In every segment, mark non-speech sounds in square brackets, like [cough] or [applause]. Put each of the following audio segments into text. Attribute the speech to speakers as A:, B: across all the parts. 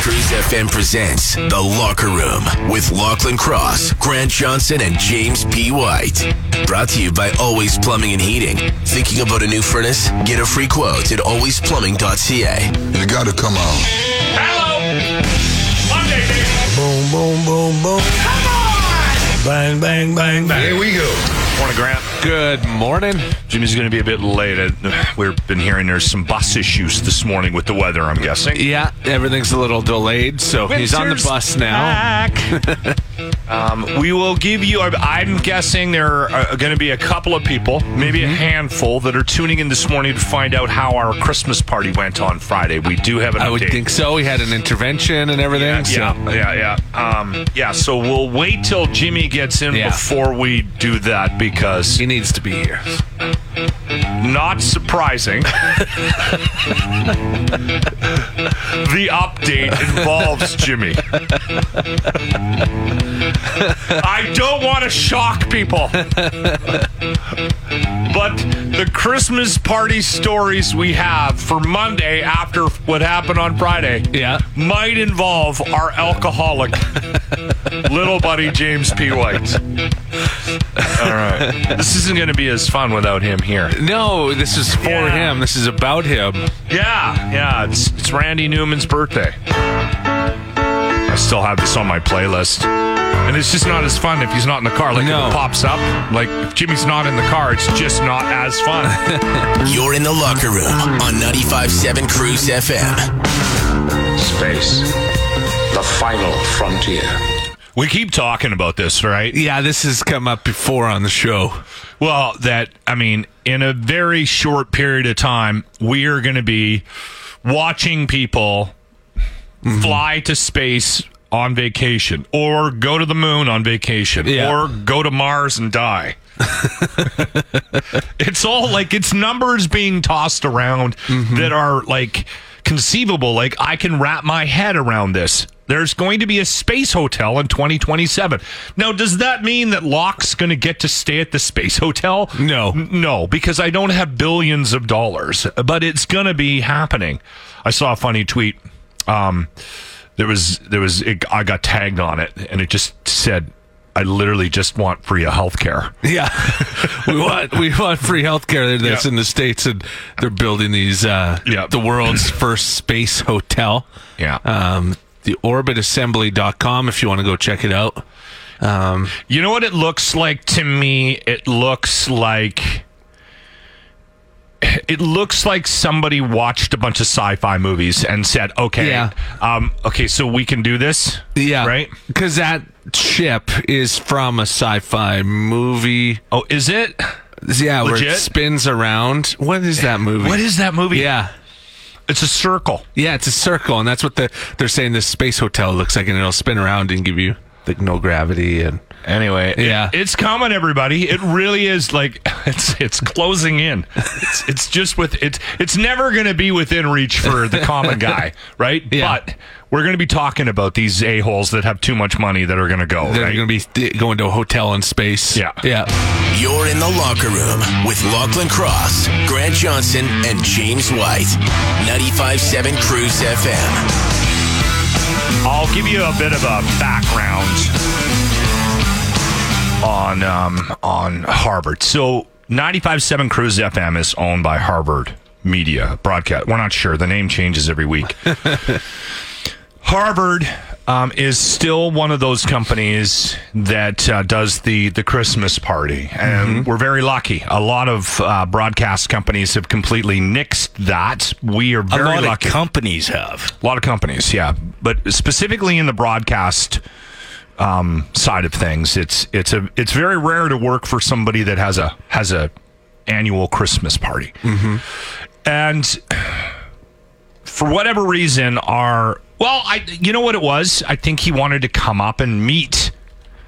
A: Cruise FM presents The Locker Room with Lachlan Cross, Grant Johnson, and James P. White. Brought to you by Always Plumbing and Heating. Thinking about a new furnace? Get a free quote at alwaysplumbing.ca.
B: You gotta come on.
C: Hello. Monday, baby.
D: Boom, boom, boom, boom.
C: Come on.
D: Bang, bang, bang, bang.
B: Here we go.
E: Morning, Grant.
F: Good morning.
E: Jimmy's going to be a bit late. I- We've been hearing there's some bus issues this morning with the weather, I'm guessing.
F: Yeah, everything's a little delayed, so he's on the bus now.
E: [laughs] Um, we will give you, I'm guessing there are going to be a couple of people, maybe a handful, that are tuning in this morning to find out how our Christmas party went on Friday. We do have an
F: I would
E: update.
F: think so. He had an intervention and everything.
E: Yeah,
F: so.
E: yeah, yeah, yeah. Um, yeah, so we'll wait till Jimmy gets in
F: Yeah.
E: before we do that because
F: He needs to be here.
E: not surprising. [laughs] the update involves Jimmy. [laughs] I don't want to shock people. But the Christmas party stories we have for Monday after what happened on Friday
F: Yeah.
E: might involve our alcoholic little buddy James P. White. All right. This isn't going to be as fun without him here.
F: No, this is for
E: Yeah.
F: him. This is about him.
E: Yeah, yeah, it's, it's Randy Newman's birthday. I still have this on my playlist. And it's just not as fun if he's not in the car. Like,
F: No.
E: if it pops up. Like, if Jimmy's not in the car, it's just not as [laughs] fun.
A: You're in The Locker Room on 95.7 Cruise FM.
G: Space, the final frontier.
E: we keep talking about this, right?
F: Yeah, this has come up before on the show. [laughs]
E: Well, that, I mean, in a very short period of time, we are going to be watching people fly to space on vacation or go to the moon on vacation
F: Yeah.
E: or go to Mars and die. it's all like it's numbers being tossed around that are like conceivable. Like I can wrap my head around this. There's going to be a space hotel in 2027. Now, does that mean that Locke's going to get to stay at the space hotel?
F: No.
E: N- no, because I don't have billions of dollars, but it's going to be happening. I saw a funny tweet. Um, there was there was it, I got tagged on it, and it just said, "I literally just want free healthcare."
F: Yeah, we want we want free healthcare that's
E: Yeah.
F: in the states, and they're building these uh,
E: Yeah. [clears throat]
F: the world's first space hotel.
E: Yeah.
F: um, the orbitassembly.com if you want to go check it out. Um,
E: You know what it looks like to me? It looks like it looks like somebody watched a bunch of sci-fi movies and said, "Okay,
F: Yeah.
E: um, okay, so we can do this."
F: yeah,
E: right.
F: because that ship is from a sci-fi movie.
E: Oh, is it?
F: Yeah, where
E: Legit?
F: it spins around. What is that movie?
E: What is that movie?
F: Yeah,
E: it's a circle.
F: yeah, it's a circle, and that's what the they're saying. This space hotel looks like, and it'll spin around and give you like no gravity and.
E: Anyway,
F: Yeah.
E: it- it's coming, everybody. It really is like [laughs] it's it's closing in. It's, it's just with it's it's never going to be within reach for the common
F: [laughs]
E: guy, right?
F: Yeah.
E: But we're going to be talking about these a holes that have too much money that are going to go.
F: They're
E: right?
F: going to be th- going to a hotel in space.
E: Yeah.
F: Yeah.
A: You're in The Locker Room with Lachlan Cross, Grant Johnson, and James White. 95.7 Cruise FM.
E: I'll give you a bit of a background on um, on Harvard. So 95.7 Cruise FM is owned by Harvard Media Broadcast. We're not sure. The name changes every week. Harvard um, is still one of those companies that uh, does the the Christmas party, and we're very lucky. A lot of uh, broadcast companies have completely nixed that. We are very lucky.
H: companies have.
E: A lot of companies, yeah, but specifically in the broadcast um, side of things, it's it's a it's very rare to work for somebody that has a has a annual Christmas party, and for whatever reason, our Well, I you know what it was? I think he wanted to come up and meet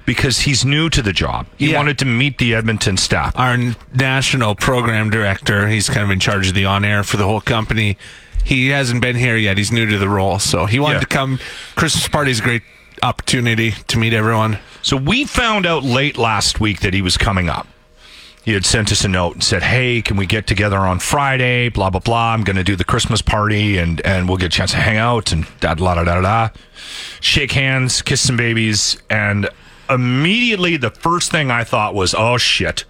E: because he's new to the job. He
F: Yeah.
E: wanted to meet the Edmonton staff.
F: Our n- national program director, he's kind of in charge of the on air for the whole company. He hasn't been here yet. He's new to the role, so he wanted
E: Yeah.
F: to come. Christmas party's a great opportunity to meet everyone.
E: So we found out late last week that he was coming up. He had sent us a note and said, "Hey, can we get together on Friday? Blah blah blah. I'm going to do the Christmas party and and we'll get a chance to hang out and da da da da da. Shake hands, kiss some babies, and immediately the first thing I thought was, oh shit."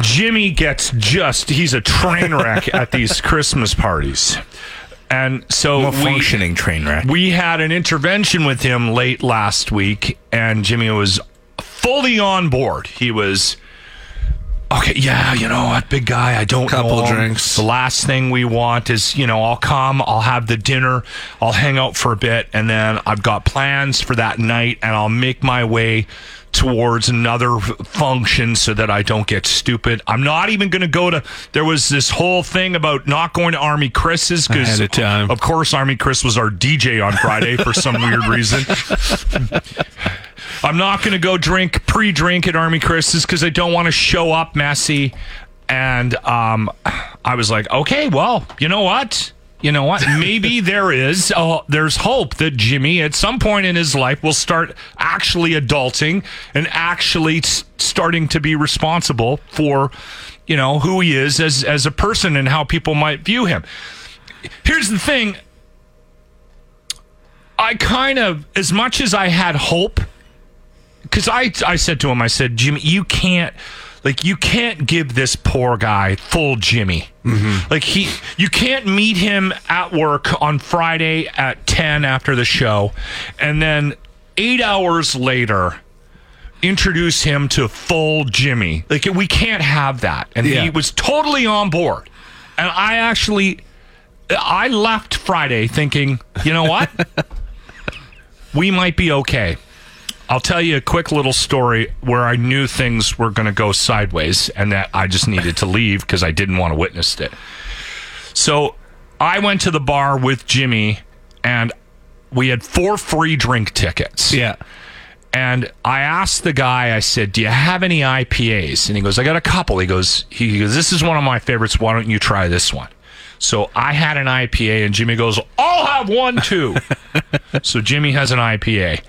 E: Jimmy gets just he's a train
B: [laughs]
E: wreck at these Christmas parties. And so
B: A
E: we-
B: functioning train wreck.
E: we had an intervention with him late last week, and Jimmy was fully on board. He was okay. Yeah, you know what, big guy. I don't
F: Couple
E: know.
F: drinks.
E: The last thing we want is you know I'll come, I'll have the dinner, I'll hang out for a bit, and then I've got plans for that night, and I'll make my way towards another f- function so that I don't get stupid. I'm not even going to go to there was this whole thing about not going to Army Chris's because
F: Ahead of time.
E: of course, Army Chris was our DJ on Friday for some weird reason. I'm not going to go drink pre drink at Army Chris's because I don't want to show up messy. And um, I was like, okay, well, you know what? You know what? Maybe there is. Uh, there's hope that Jimmy, at some point in his life, will start actually adulting and actually s- starting to be responsible for, you know, who he is as as a person and how people might view him here's the thing i kind of as much as i had hope because i i said to him i said jimmy you can't like you can't give this poor guy full jimmy like he you can't meet him at work on friday at 10 after the show and then eight hours later introduce him to full jimmy like we can't have that and
F: Yeah.
E: he was totally on board and i actually I left Friday thinking, you know what? we might be okay. I'll tell you a quick little story where I knew things were going to go sideways and that I just needed to leave because I didn't want to witness it. So I went to the bar with Jimmy and we had four free drink tickets.
F: Yeah.
E: And I asked the guy, I said, Do you have any IPAs? And he goes, I got a couple. He goes, he goes, This is one of my favorites. Why don't you try this one? So I had an IPA and Jimmy goes, I'll have one too. so Jimmy has an IPA.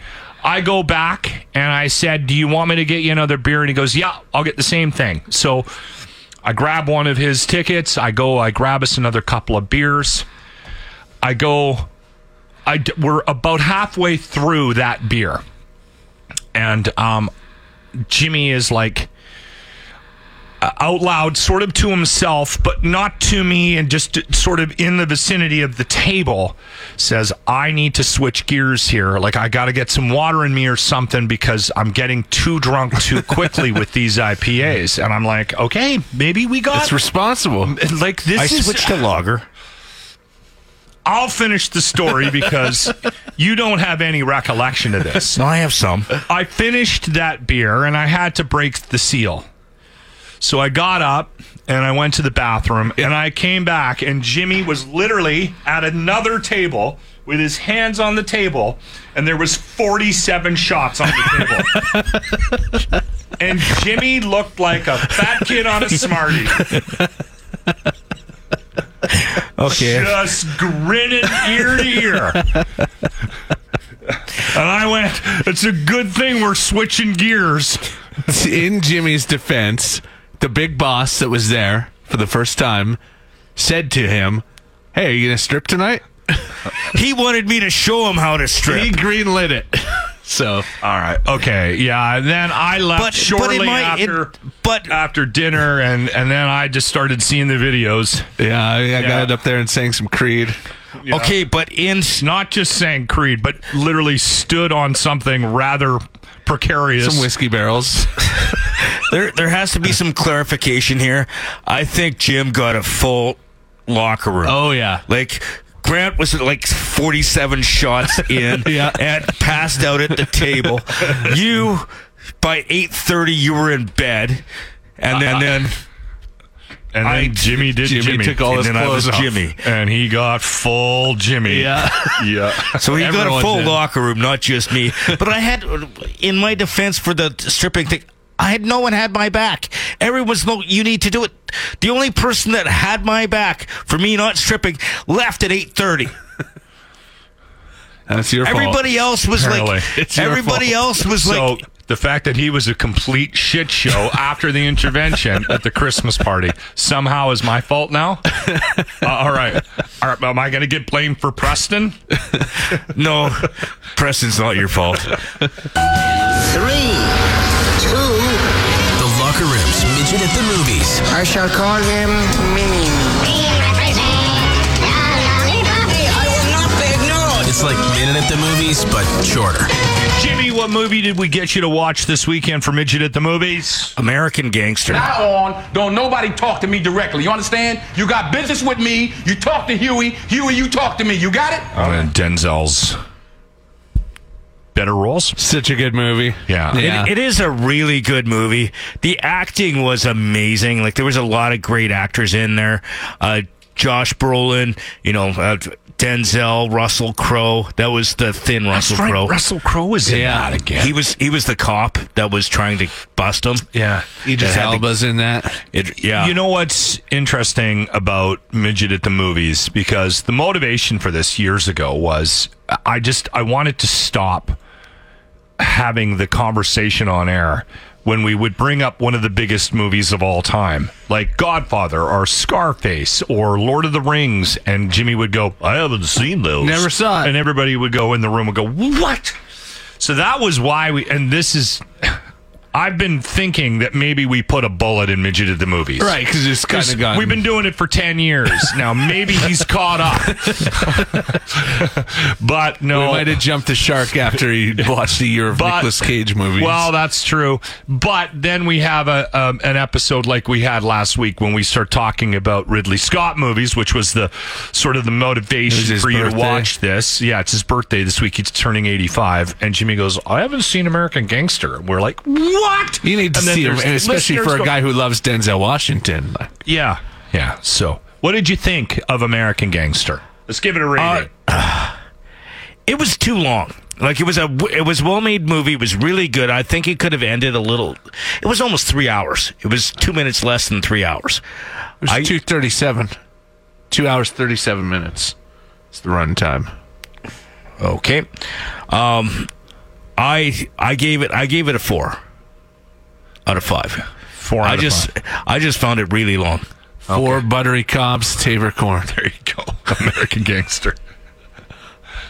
E: I go back and I said, Do you want me to get you another beer? And he goes, Yeah, I'll get the same thing. So I grab one of his tickets. I go, I grab us another couple of beers. I go, I d- we're about halfway through that beer and um, Jimmy is like uh, out loud, sort of to himself, but not to me, and just t- sort of in the vicinity of the table, says, "I need to switch gears here. Like I got to get some water in me or something because I'm getting too drunk too quickly with these IPAs." And I'm like, "Okay, maybe we got
F: It's responsible.
E: like this
B: I
E: is
B: switched to lager.
E: I'll finish the
B: [laughs]
E: story because you don't have any recollection of this."
B: No, I have some.
E: I finished that beer and I had to break the seal. So I got up and I went to the bathroom and I came back and Jimmy was literally at another table with his hands on the table and there was 47 shots on the table.
B: [laughs]
E: and Jimmy looked like a fat kid on a Smartie,
B: Okay.
E: just grinning ear to
B: [laughs]
E: ear. And I went, it's a good thing we're switching gears.
F: [laughs] in Jimmy's defense, the big boss that was there for the first time said to him, "Hey, are you gonna strip tonight?"
B: He wanted me to show him how to
F: He
B: strip.
F: greenlit it. [laughs] so
E: All right. Okay. Yeah. and Then I left
B: But- but in
E: shortly
B: my- in-
E: after,
B: but-
E: after dinner, and and then I just started seeing the videos.
F: yeah, I, I
E: Yeah.
F: got it up there and sang some Creed.
B: Okay, but in
E: Not just sang Creed, but literally stood on something rather precarious.
F: Some whiskey barrels.
B: there there has to be some clarification here. I think Jim got a full locker room.
E: Oh.
F: yeah.
B: Like Grant was at like 47 shots in
F: Yeah.
B: and passed out at the table. you by 8:30 you were in bed and then, and then
E: And then
B: I-
E: Jimmy did
F: Jimmy
E: Jimmy.
F: took all
E: and
F: his
E: then I
F: clothes
E: was
F: off.
E: Jimmy. And he got full Jimmy.
F: Yeah.
E: [laughs] Yeah.
B: So he got a
F: Everyone
B: full
F: did.
B: locker room, not just
F: [laughs]
B: me. But I had, in my defense for the stripping thing, I had no one had my back. Everyone's no, you need to do it. The only person that had my back for me not stripping left at eight thirty.
F: [laughs] That's your
B: Everybody else was
E: Apparently. [laughs]
B: like,
F: It's your
B: everybody
F: fault.
B: else was
E: so
B: like,
E: the fact that he was a complete shit
B: [laughs]
E: show after the intervention at the Christmas party somehow is my fault
B: [laughs]
E: now. Uh, all right, all right. Am I going to get blamed for Preston?
B: [laughs] no, Preston's not your fault.
A: The Locker Room's Midget at the Movies.
C: I shall call him Mini.
A: It's like Minute at the Movies, but shorter.
E: Jimmy, what movie did we get you to watch this weekend for Midget at the movies?
B: American Gangster.
G: on, don't nobody talk to me directly. You understand? You got business with me. You talk to Huey. Huey, you talk to me. You got it?
E: Oh, and Denzel's Better Rolls.
F: Such a good movie.
E: Yeah. It-
F: yeah.
B: It is a really good movie. The acting was amazing. Like there was a lot of great actors in there. Uh, Josh Brolin, you know, uh, Denzel, Russell Crowe. That was the thin Russell
E: Frank-
B: Crowe.
E: Russell Crowe is in
F: Yeah.
E: that again.
B: He was he was the cop that was trying to bust him.
E: yeah,
F: Idris
B: had to-
F: Elba's in that.
B: It, yeah.
E: You know what's interesting about Midget at the movies? Because the motivation for this years ago was I just I wanted to stop having the conversation on air when we would bring up one of the biggest movies of all time, like Godfather or Scarface or Lord of the Rings, and Jimmy would go, I haven't seen those.
F: Never saw it.
E: And everybody would go in the room and go, What? So that was why we and this is I've been thinking that maybe we put a bullet in Midget at the movies.
F: Right, because it's kind of gone.
E: We've been doing it for 10
F: [laughs]
E: years. Now, maybe he's caught up. but
F: We
E: no.
F: might have jumped the shark
E: [laughs]
F: after he watched the year of
E: But-
F: Nicolas Cage movies.
E: Well, that's true. But then we have a um, an episode like we had last week when we start talking about Ridley Scott movies, which was the sort of the
F: It was
E: motivation
F: his
E: for you to
F: birthday.
E: watch this. Yeah, it's his birthday this week. He's turning 85. And Jimmy goes, I haven't seen American Gangster. And we're like, what?
F: you need to
E: And then
F: see him,
E: there's
F: and especially
E: listeners
F: for a
E: go-
F: guy who loves Denzel Washington.
E: Yeah. Yeah. So, what did you think of American Gangster? Uh, Let's give it a rating.
B: it was too long. Like it was a it was well made movie. It was really good. I think it could have ended a little. It was almost three hours. It was two minutes less than three hours.
F: It was two thirty-seven, two hours thirty-seven minutes. It's the run time.
B: Okay. Um, I I gave it I gave it a four out of five.
E: Four
B: I just I just found it really long.
F: Four buttery cobs, Tabor corn.
E: [laughs] There you go. American Gangster.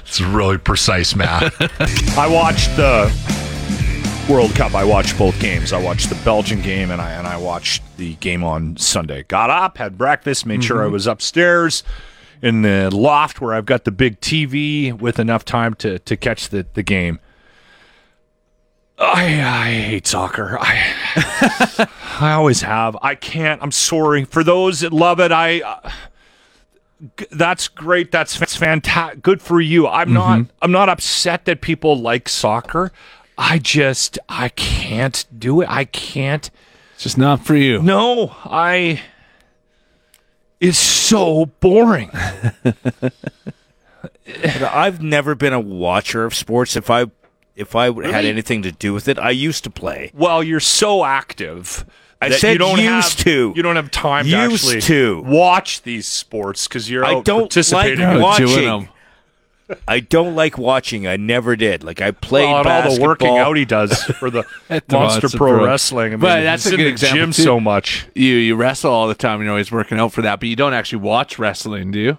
E: It's really precise math. I watched the World Cup. I watched both games. I watched the Belgian game and I and I watched the game on Sunday. Got up, had breakfast, made sure I was upstairs in the loft where I've got the big TV with enough time to to catch the the game. I, I hate soccer. I I [laughs] always have. I can't. I'm sorry for those that love it. I that's great. That's fantastic. Good for you. I'm not. I'm not upset that people like soccer. I just. I can't do it. I can't.
F: [laughs] It's just not for you.
E: No. I. It's so boring.
B: I've never been a watcher of sports. If I if I had anything to do with it, I used to play.
E: Well, you're so active. I
B: said
E: you don't
B: used
E: have,
B: to.
E: You don't have time to
B: Used
E: actually
B: to.
E: watch these sports because you're.
B: I
E: out
B: don't like
E: participating.
F: Doing
B: watching.
F: 'em.
B: I don't like watching. I never did. Like I played
E: Well, and all the
B: basketball.
E: working out he does for the
F: At the
E: Monster
F: Monster
E: Pro
F: Pro.
E: Wrestling. I mean,
F: But that's
E: he's
F: a
E: in
F: good
E: the
F: example,
E: gym
F: too.
E: so much.
F: You you wrestle all the time. You're always working out for that, but you don't actually watch wrestling, do you?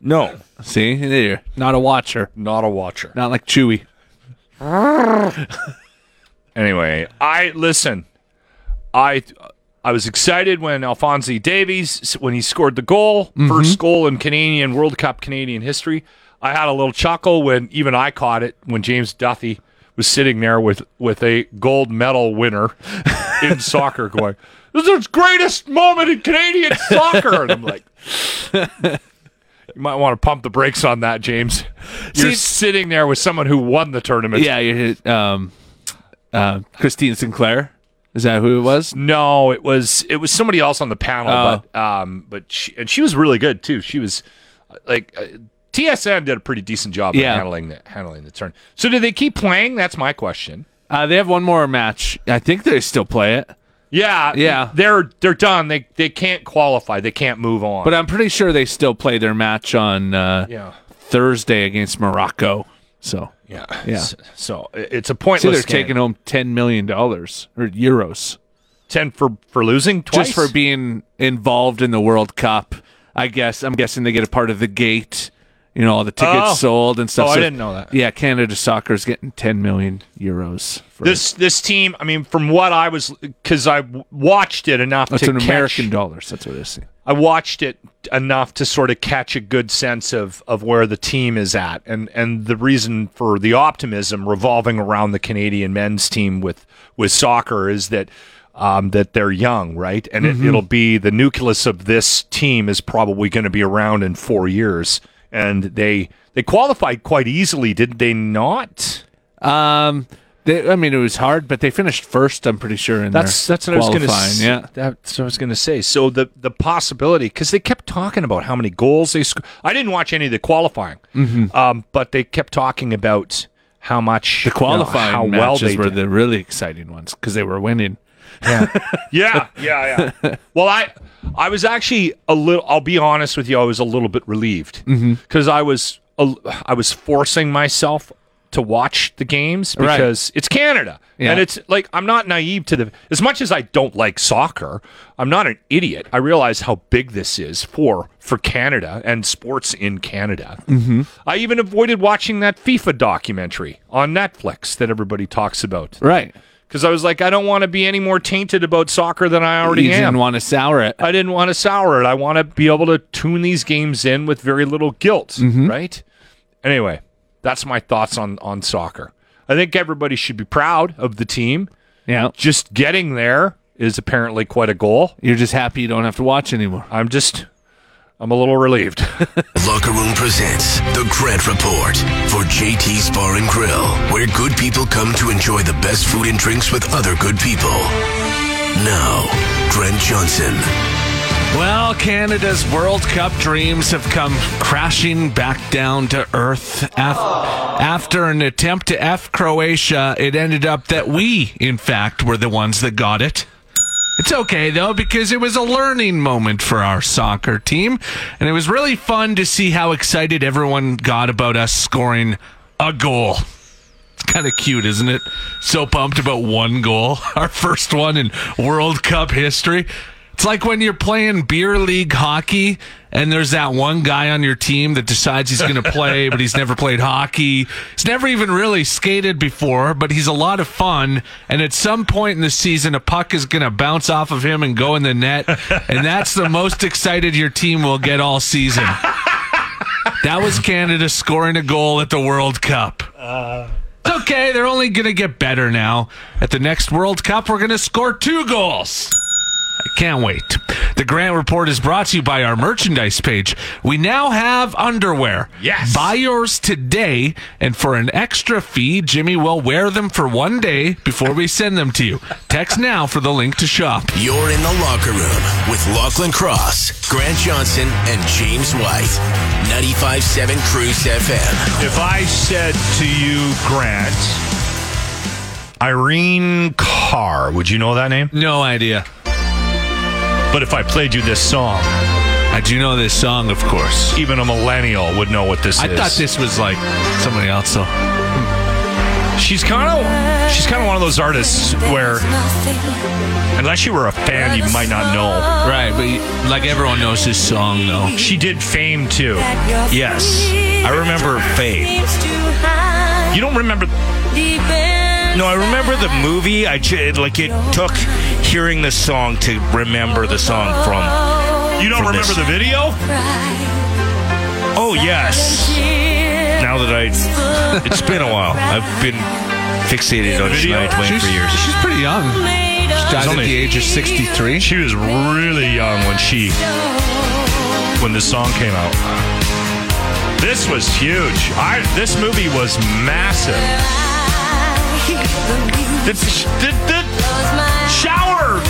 B: no,
F: See, there, not a watcher,
E: Not a watcher.
F: not like Chewy.
E: Anyway, I listen. I I was excited when Alphonse Davies when he scored the goal, first goal in Canadian World Cup Canadian history. I had a little chuckle when even I caught it when James Duffy was sitting there with with a gold medal winner [laughs] in soccer going, "This is the greatest moment in Canadian soccer." And I'm like, you might want to pump the brakes on that, James. You're
F: See-
E: sitting there with someone who won the tournament.
F: Yeah, you hit um, uh, Christine Sinclair.
H: Is that who it was?
E: No, it was it was somebody else on the panel,
H: Oh.
E: but um, but she, and she was really good too. She was uh, like uh, TSN did a pretty decent job
H: Yeah.
E: of handling the handling the turn. So do they keep playing? That's my question.
H: Uh, they have one more match. I think they still play it,
E: Yeah,
H: Yeah.
E: they're they're done. They they can't qualify. They can't move on.
H: but uh, I'm pretty sure they still play their match on uh,
E: yeah,
H: Thursday against Morocco. So
E: yeah,
H: Yeah.
E: So, so it- it's a
H: see, they're
E: pointless. game.
H: taking home ten million dollars or euros
E: ten for for losing twice
H: just for being involved in the World Cup. I guess I'm guessing they get a part of the gate. You know, all the tickets
E: Oh.
H: sold and stuff.
E: Oh, I didn't know that.
H: Yeah, Canada soccer is getting ten million euros. For
E: this this team. I mean, from what I was because I w- watched it enough
H: that's
E: to
H: in
E: catch-
H: American dollars. That's what it is.
E: I watched it enough to sort of catch a good sense of of where the team is at, and and the reason for the optimism revolving around the Canadian men's team with with soccer is that. Um, that they're young, right? And it, it'll be the nucleus of this team is probably going to be around in four years, and they they qualified quite easily, did they not?
H: Um, they, I mean, it was hard, but they finished first. I'm pretty sure. In
E: That's
H: their
E: that's what I was going to
H: qualifying,
E: say.
H: Yeah,
E: that's what I was going to say. So the the possibility because they kept talking about how many goals they scored. I didn't watch any of the qualifying, um, but they kept talking about how much
H: Mm-hmm. the qualifying
E: you know, how well
H: matches
E: they
H: were
E: did.
H: the really exciting ones because they were winning. [laughs]
E: yeah yeah yeah. well, I I was actually a little. I'll be honest with you. I was a little bit relieved
H: Mm-hmm.
E: because I was a- I was forcing myself to watch the games
H: Right.
E: because it's Canada
H: Yeah.
E: and it's. it's like I'm not naive to the as much as I don't like soccer, I'm not an idiot. I realize how big this is for for Canada and sports in Canada. Mm-hmm. I even avoided watching that FIFA documentary on Netflix that everybody talks about
H: Right.
E: because I was like, I don't want to be any more tainted about soccer than I already
H: you
E: am.
H: didn't want to sour it.
E: I didn't want to sour it. I want to be able to tune these games in with very little guilt, right? Anyway, that's my thoughts on on soccer. I think everybody should be proud of the team
H: yeah,
E: just getting there is apparently quite a goal.
H: you're just happy you don't have to watch anymore.
E: I'm just, I'm a little relieved. [laughs]
A: Locker Room presents The Grant Report for JT's Bar and Grill, where good people come to enjoy the best food and drinks with other good people. Now, Grant Johnson.
F: Well, Canada's World Cup dreams have come crashing back down to earth. Af- after an attempt to F Croatia, it ended up that we, in fact, were the ones that got it. It's okay, though, because it was a learning moment for our soccer team, and it was really fun to see how excited everyone got about us scoring a goal kind of cute, isn't it? So pumped about one goal, [laughs] our first one in World Cup history. It's like when you're playing beer league hockey and there's that one guy on your team that decides he's going to play, but he's never played hockey. He's never even really skated before, but he's a lot of fun. And at some point in the season, a puck is going to bounce off of him and go in the net. And that's the most excited your team will get all season. That was Canada scoring a goal at the World Cup. It's okay. They're only going to get better now. At the next World Cup, we're going to score two goals. I can't wait. The Grant Report is brought to you by our merchandise page. We now have underwear.
E: Yes.
F: Buy yours today, and for an extra fee, Jimmy will wear them for one day before we send them to you. Text now for the link to shop.
A: You're in the locker room with Lachlan Cross, Grant Johnson, and James White. 95.7 Cruise FM.
E: if I said to you, Grant, Irene Carr, would you know that name?
F: No idea.
E: But if I played you this song,
F: I do know this song, of course.
E: even a millennial would know what this
F: I
E: is.
F: thought this was like somebody else. So.
E: She's kind of, she's kind of one of those artists where, unless you were a fan, you might not know.
F: Right, but you- like everyone knows this song, though.
E: She did Fame too. Yes, I remember Fame. You don't remember?
B: No, I remember the movie. I j- like it took hearing the song to remember the song from.
E: You don't
B: From
E: remember
B: this.
E: the video?
B: Oh yes. Now that I, it's been a while. I've been fixated on
E: Video?
B: Shania Twain for years.
F: She's pretty young. She died at
E: only-
F: the age of 63.
E: She was really young when she when this song came out. This was huge. I this movie was massive. The, the, the, shower.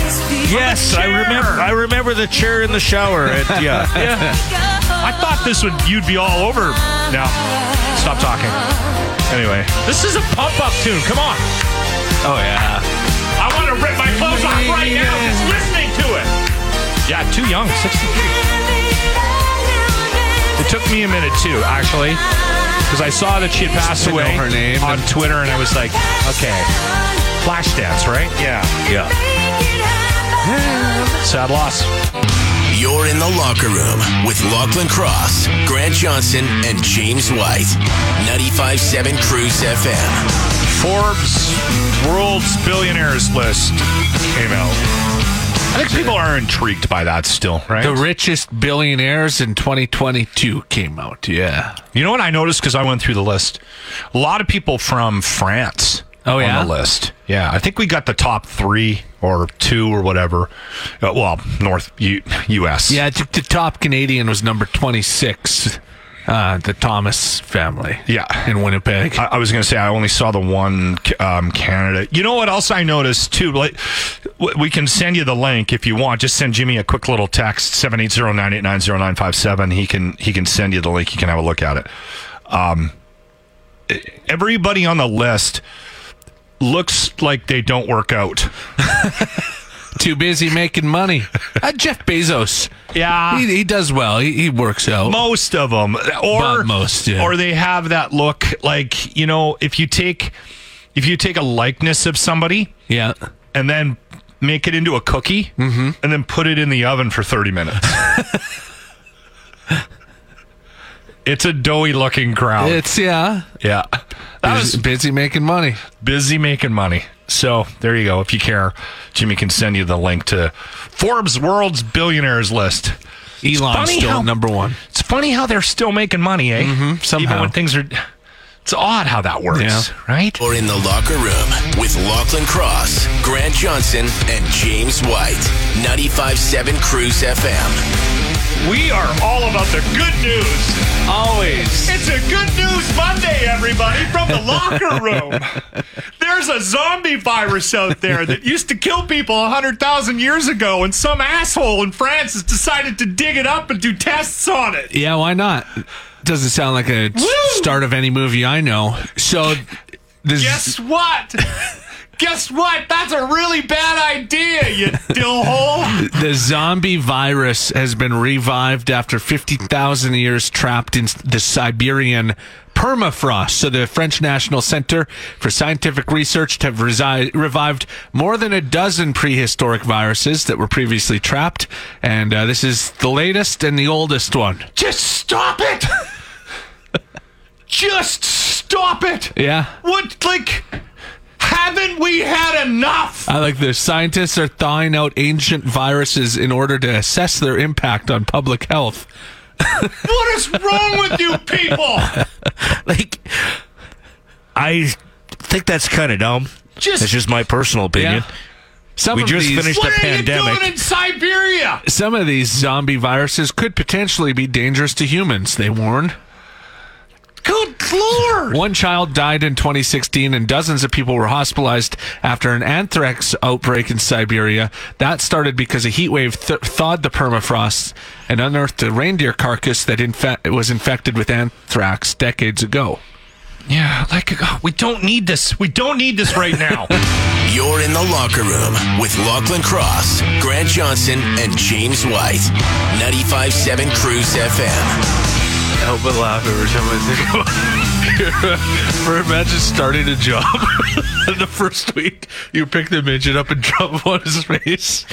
B: Yes, I remember. I remember the chair in the shower. It- yeah.
E: yeah. I thought this would you'd be all over. No, stop talking. Anyway, this is a pump up tune. Come on.
F: Oh yeah.
E: I want to rip my clothes off right now just listening to it. Yeah, too young, 63. It took me a minute too, actually, because I saw that she had passed
F: To know
E: away
F: her name
E: on Twitter, and I was like, okay, Flashdance, right? Yeah, yeah. Sad loss.
A: You're in the locker room with Lachlan Cross, Grant Johnson, and James White. 95.7 Cruise FM.
E: Forbes World's Billionaires list came out. I think people are intrigued by that still, right?
F: The richest billionaires in 2022 came out. Yeah.
E: You know what I noticed because I went through the list? A lot of people from France
F: Oh, yeah?
E: on the list. Yeah, I think we got the top three or two or whatever. Uh, well, North U- U.S.
F: Yeah, I think the top Canadian was number 26, uh, the Thomas family.
E: Yeah. Uh,
F: In Winnipeg.
E: I, I was going to say I only saw the one um, Canada. You know what else I noticed too? Like, w- we can send you the link if you want. Just send Jimmy a quick little text 780-989-0957. He can he can send you the link. You can have a look at it. Um, e- everybody on the list looks like they don't work out.
F: Too busy
E: [laughs]
F: making money. Uh, Jeff Bezos.
E: Yeah.
F: He, he does well. He, he works out.
E: most of them or
F: But most, yeah.
E: or they have that look like you know if you take if you take a likeness of somebody
F: yeah.
E: and then make it into a cookie
F: Mm-hmm.
E: and then put it in the oven for 30
F: [laughs]
E: minutes. it's a doughy looking crowd.
F: It's, yeah.
E: yeah. That
F: He's
E: was
F: busy making money.
E: busy making money. So there you go. If you care, Jimmy can send you the link to Forbes World's Billionaires list.
F: Elon's
E: funny
F: still
E: how-
F: number one.
E: It's funny how they're still making money, eh? Mm-hmm, Even
F: somehow.
E: when things are. It's odd how that works,
F: Yeah.
E: right?
A: You're in the locker room with Lachlan Cross, Grant Johnson, and James White. 95.7 Cruise FM.
E: We are all about the good news.
F: Always.
E: It's a good news Monday, everybody, from the [laughs] locker room. There's a zombie virus out there that used to kill people 100,000 years ago, and some asshole in France has decided to dig it up and do tests on it.
F: Yeah, why not? Doesn't sound like a s- start of any movie I know. So this
E: Guess what? Guess what? That's a really bad idea, you dillhole.
F: the zombie virus has been revived after 50,000 years trapped in the Siberian permafrost. So the French National Center for Scientific Research have resi- revived more than a dozen prehistoric viruses that were previously trapped. And uh, this is the latest and the oldest one.
E: [laughs] Just stop it. Just stop it.
F: Yeah.
E: What, like, haven't we had enough?
F: I like this. Scientists are thawing out ancient viruses in order to assess their impact on public health.
E: What is wrong with you [laughs] people?
B: [laughs] Like, I think that's kind of dumb.
E: Just-
B: that's just my personal opinion.
F: Yeah. Some
B: We
F: of
B: just
F: these,
B: finished the pandemic.
E: in Siberia?
F: Some of these zombie viruses could potentially be dangerous to humans, they warn.
E: Good lord!
F: One child died in 2016, and dozens of people were hospitalized after an anthrax outbreak in Siberia. That started because a heat wave th- thawed the permafrost and unearthed a reindeer carcass that infe- was infected with anthrax decades ago.
E: [laughs] Yeah, like uh, we don't need this. We don't need this right
F: [laughs]
E: now.
A: You're in the locker room with Lachlan Cross, Grant Johnson, and James White. 95.7 Cruise FM.
F: help but laugh every time I think [laughs] about For imagine starting a job [laughs] and the first week you pick the midget up and drop on his face.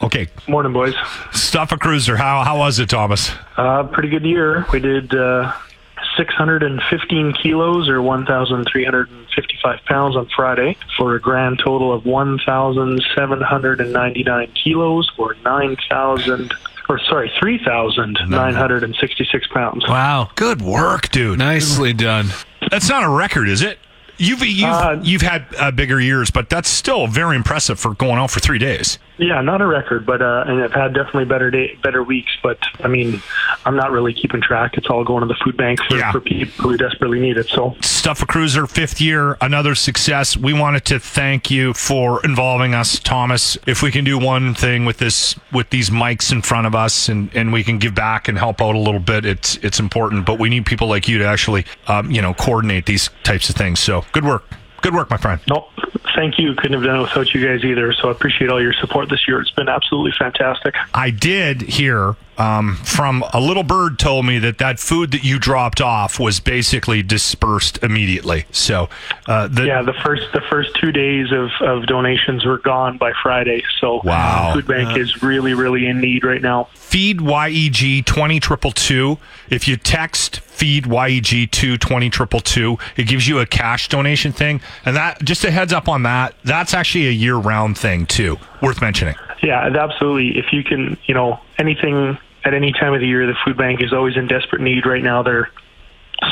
E: okay,
I: Morning, boys.
E: stuff a cruiser. How how was it, Thomas?
I: Uh, pretty good year. We did uh, 615 kilos or 1,355 pounds on Friday for a grand total of 1,799 kilos or 9,000 or sorry 3,966 pounds.
F: Wow.
E: Good work, dude.
F: Nicely done.
E: That's not a record, is it? You've you've
I: Uh,
E: you've had uh, bigger years, but that's still very impressive for going out for three days.
I: Yeah, not a record, but uh, and I've had definitely better day, better weeks. But I mean, I'm not really keeping track. It's all going to the food bank for, for people who desperately need it. So
E: Stuff a Cruiser, fifth year, another success. We wanted to thank you for involving us, Thomas. If we can do one thing with this, with these mics in front of us, and, and we can give back and help out a little bit, it's it's important. But we need people like you to actually, um, you know, coordinate these types of things. So good work, good work, my friend.
I: no, thank you. Couldn't have done it without you guys either. So I appreciate all your support this year. It's been absolutely fantastic.
E: I did hear um, from a little bird told me that that food that you dropped off was basically dispersed immediately. So uh, the,
I: yeah, the first the first two days of, of donations were gone by Friday. So
E: Wow.
I: food bank
E: Uh,
I: is really really in need right now.
E: feed E YEG 20222. If you text feed E YEG 2 20222, it gives you a cash donation thing. And that, just a heads up on that, that's actually a year round thing too, worth mentioning.
I: Yeah, and absolutely. If you can, you know, anything at any time of the year, the food bank is always in desperate need right now. They're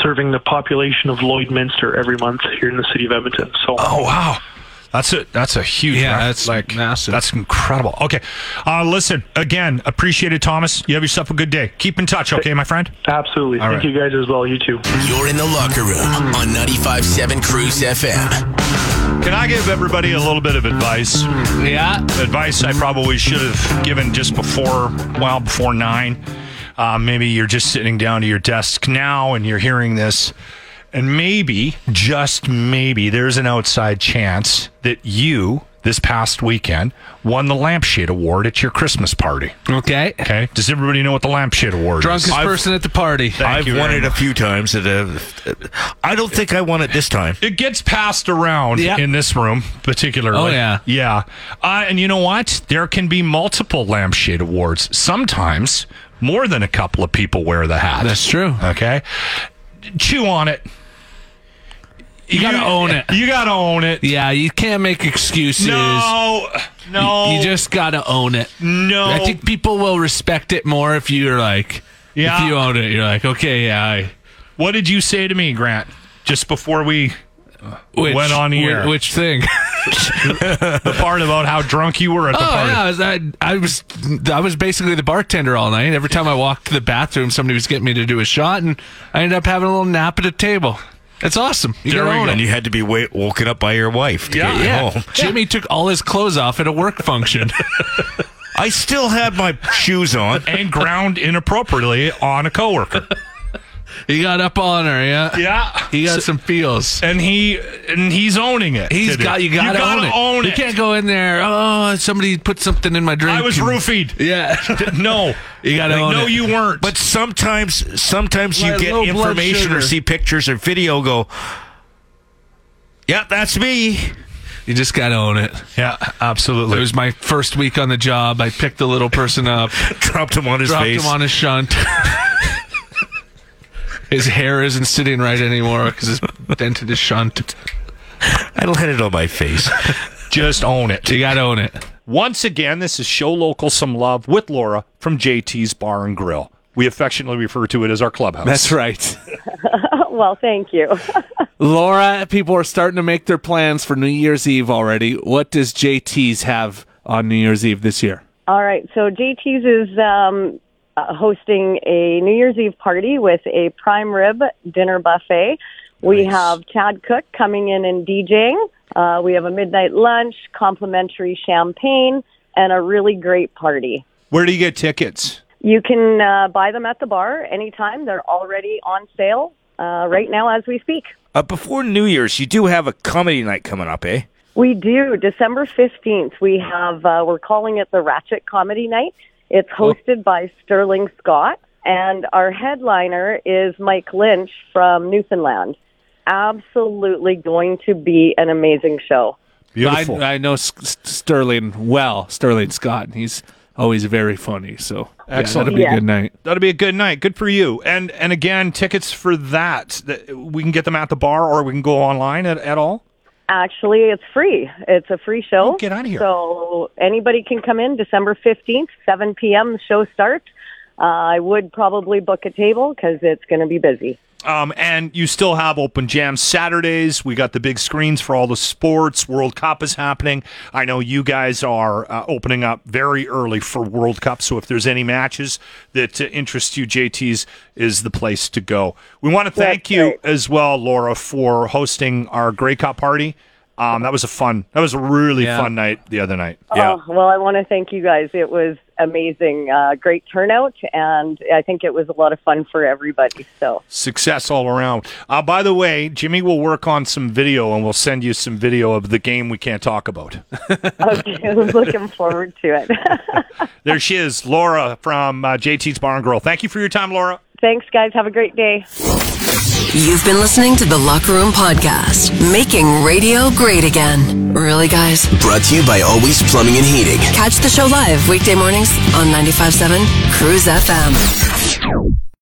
I: serving the population of Lloydminster every month here in the city of Edmonton. So
E: Oh, wow. That's a that's a huge yeah. That's like massive. That's incredible. Okay, uh, listen again. Appreciate it, Thomas. You have yourself a good day. Keep in touch, okay, my friend.
I: Absolutely.
E: All
I: Thank
E: right.
I: you guys as well. You too.
A: You're in the locker room on 95.7 Cruise FM.
E: Can I give everybody a little bit of advice?
F: Yeah.
E: Advice I probably should have given just before, well, before nine. Uh, maybe you're just sitting down to your desk now and you're hearing this. And maybe, just maybe, there's an outside chance that you, this past weekend, won the Lampshade Award at your Christmas party.
F: Okay.
E: Okay. Does everybody know what the Lampshade Award is?
F: Drunkest person at the party.
B: I've won it a few times. At a, I don't think I won it this time.
E: It gets passed around
B: Yeah.
E: in this room, particularly.
B: Oh, yeah.
E: yeah. Uh, and you know what? There can be multiple lampshade awards. Sometimes more than a couple of people wear the hat.
F: That's true.
E: Okay, chew on it.
F: You gotta own it.
E: You gotta own it.
F: Yeah, you can't make excuses.
E: No, no.
F: You, you just gotta own it.
E: No.
F: I think people will respect it more if you're like,
E: Yeah.
F: if you own it, you're like, okay, yeah, I
E: what did you say to me, Grant? Just before we
F: which,
E: went on [laughs] the
F: whi-
E: air,
F: Which thing?
E: the part about how drunk you were at
F: oh
E: the party.
F: yeah, I was, I, I was I was basically the bartender all night. Every time I walked to the bathroom, somebody was getting me to do a shot, and I ended up having a little nap at a table. That's awesome. You gotta own
B: and
F: it.
B: you had to be wait, woken up by your wife to get you home.
F: Jimmy took all his clothes off at a work function. [laughs]
B: I still had my shoes on.
E: And ground inappropriately on a coworker.
F: he got up on her, [laughs] yeah.
E: Yeah.
F: He got some feels.
E: and he and he's owning it.
F: He's
E: to do.
F: got you got to own,
E: own
F: it. You can't go in there. Oh, somebody put something in my drink.
E: I was
F: and- [laughs]
E: roofied.
F: Yeah,
E: No,
F: You gotta own
E: No,
F: it.
E: you weren't.
B: But sometimes, sometimes you
F: Like
B: get
F: low blood
B: information or
F: sugar.
B: see pictures or video. Go, yeah, that's me. [laughs]
F: you just got to own it.
E: yeah, absolutely.
F: It was my first week on the job. I picked the little person up,
B: Dropped him on his
F: dropped
B: face.
F: him on his shunt. [laughs] his hair isn't sitting right anymore because it's dented his shunt.
B: I let it on my face.
E: Just own it.
F: You got to own it.
E: Once again, this is Show Local Some Love with Laura from JT's Bar and Grill. We affectionately refer to it as our clubhouse.
H: That's right.
J: Well, thank you.
H: Laura, people are starting to make their plans for New Year's Eve already. What does JT's have on New Year's Eve this year?
J: All right. So JT's is um, uh, hosting a New Year's Eve party with a prime rib dinner buffet. We have Chad Cook coming in and DJing. Uh, we have a midnight lunch, complimentary champagne, and a really great party.
H: Where do you get tickets?
J: You can uh, buy them at the bar anytime. They're already on sale uh, right now as we speak.
K: Uh, before New Year's, you do have a comedy night coming up, eh?
J: We do. December 15th, we have, uh, we're calling it the Ratchet Comedy Night. It's
K: Oh.
J: hosted by Sterling Scott, and our headliner is Mike Lynch from Newfoundland. Absolutely going to be an amazing show.
E: Beautiful.
H: I, I know S- S- Sterling well, Sterling Scott. and He's always very funny. So yeah,
E: Excellent.
H: that'll be
J: Yeah.
H: a good night.
E: That'll be a good night. Good for you. And and again, tickets for that, that- we can get them at the bar or we can go online at, at all.
J: Actually, it's free. It's a free show.
E: Oh, get outta here.
J: So anybody can come in December 15th, 7 p.m. The show starts. Uh, I would probably book a table because it's going to be busy.
E: Um, and you still have open jam Saturdays. We got the big screens for all the sports. World Cup is happening. I know you guys are uh, opening up very early for World Cup. So if there's any matches that uh, interest you, JT's is the place to go. We want to thank you as well, Laura, for hosting our Grey Cup party. Um, that was a fun. That was a really fun night the other night.
J: Oh, well, I want to thank you guys. It was amazing, uh, great turnout, and I think it was a lot of fun for everybody. So [laughs]
E: Success all around. Uh, by the way, Jimmy will work on some video and we'll send you some video of the game we can't talk about.
J: okay, I'm looking forward to it. [laughs]
E: there she is, Laura from uh, JT's Barn Girl. Thank you for your time, Laura.
J: Thanks, guys. Have a great day.
L: You've been listening to the Locker Room Podcast, making radio great again. Really, guys?
M: Brought to you by Always Plumbing and Heating.
L: Catch the show live weekday mornings on 95.7 Cruise FM.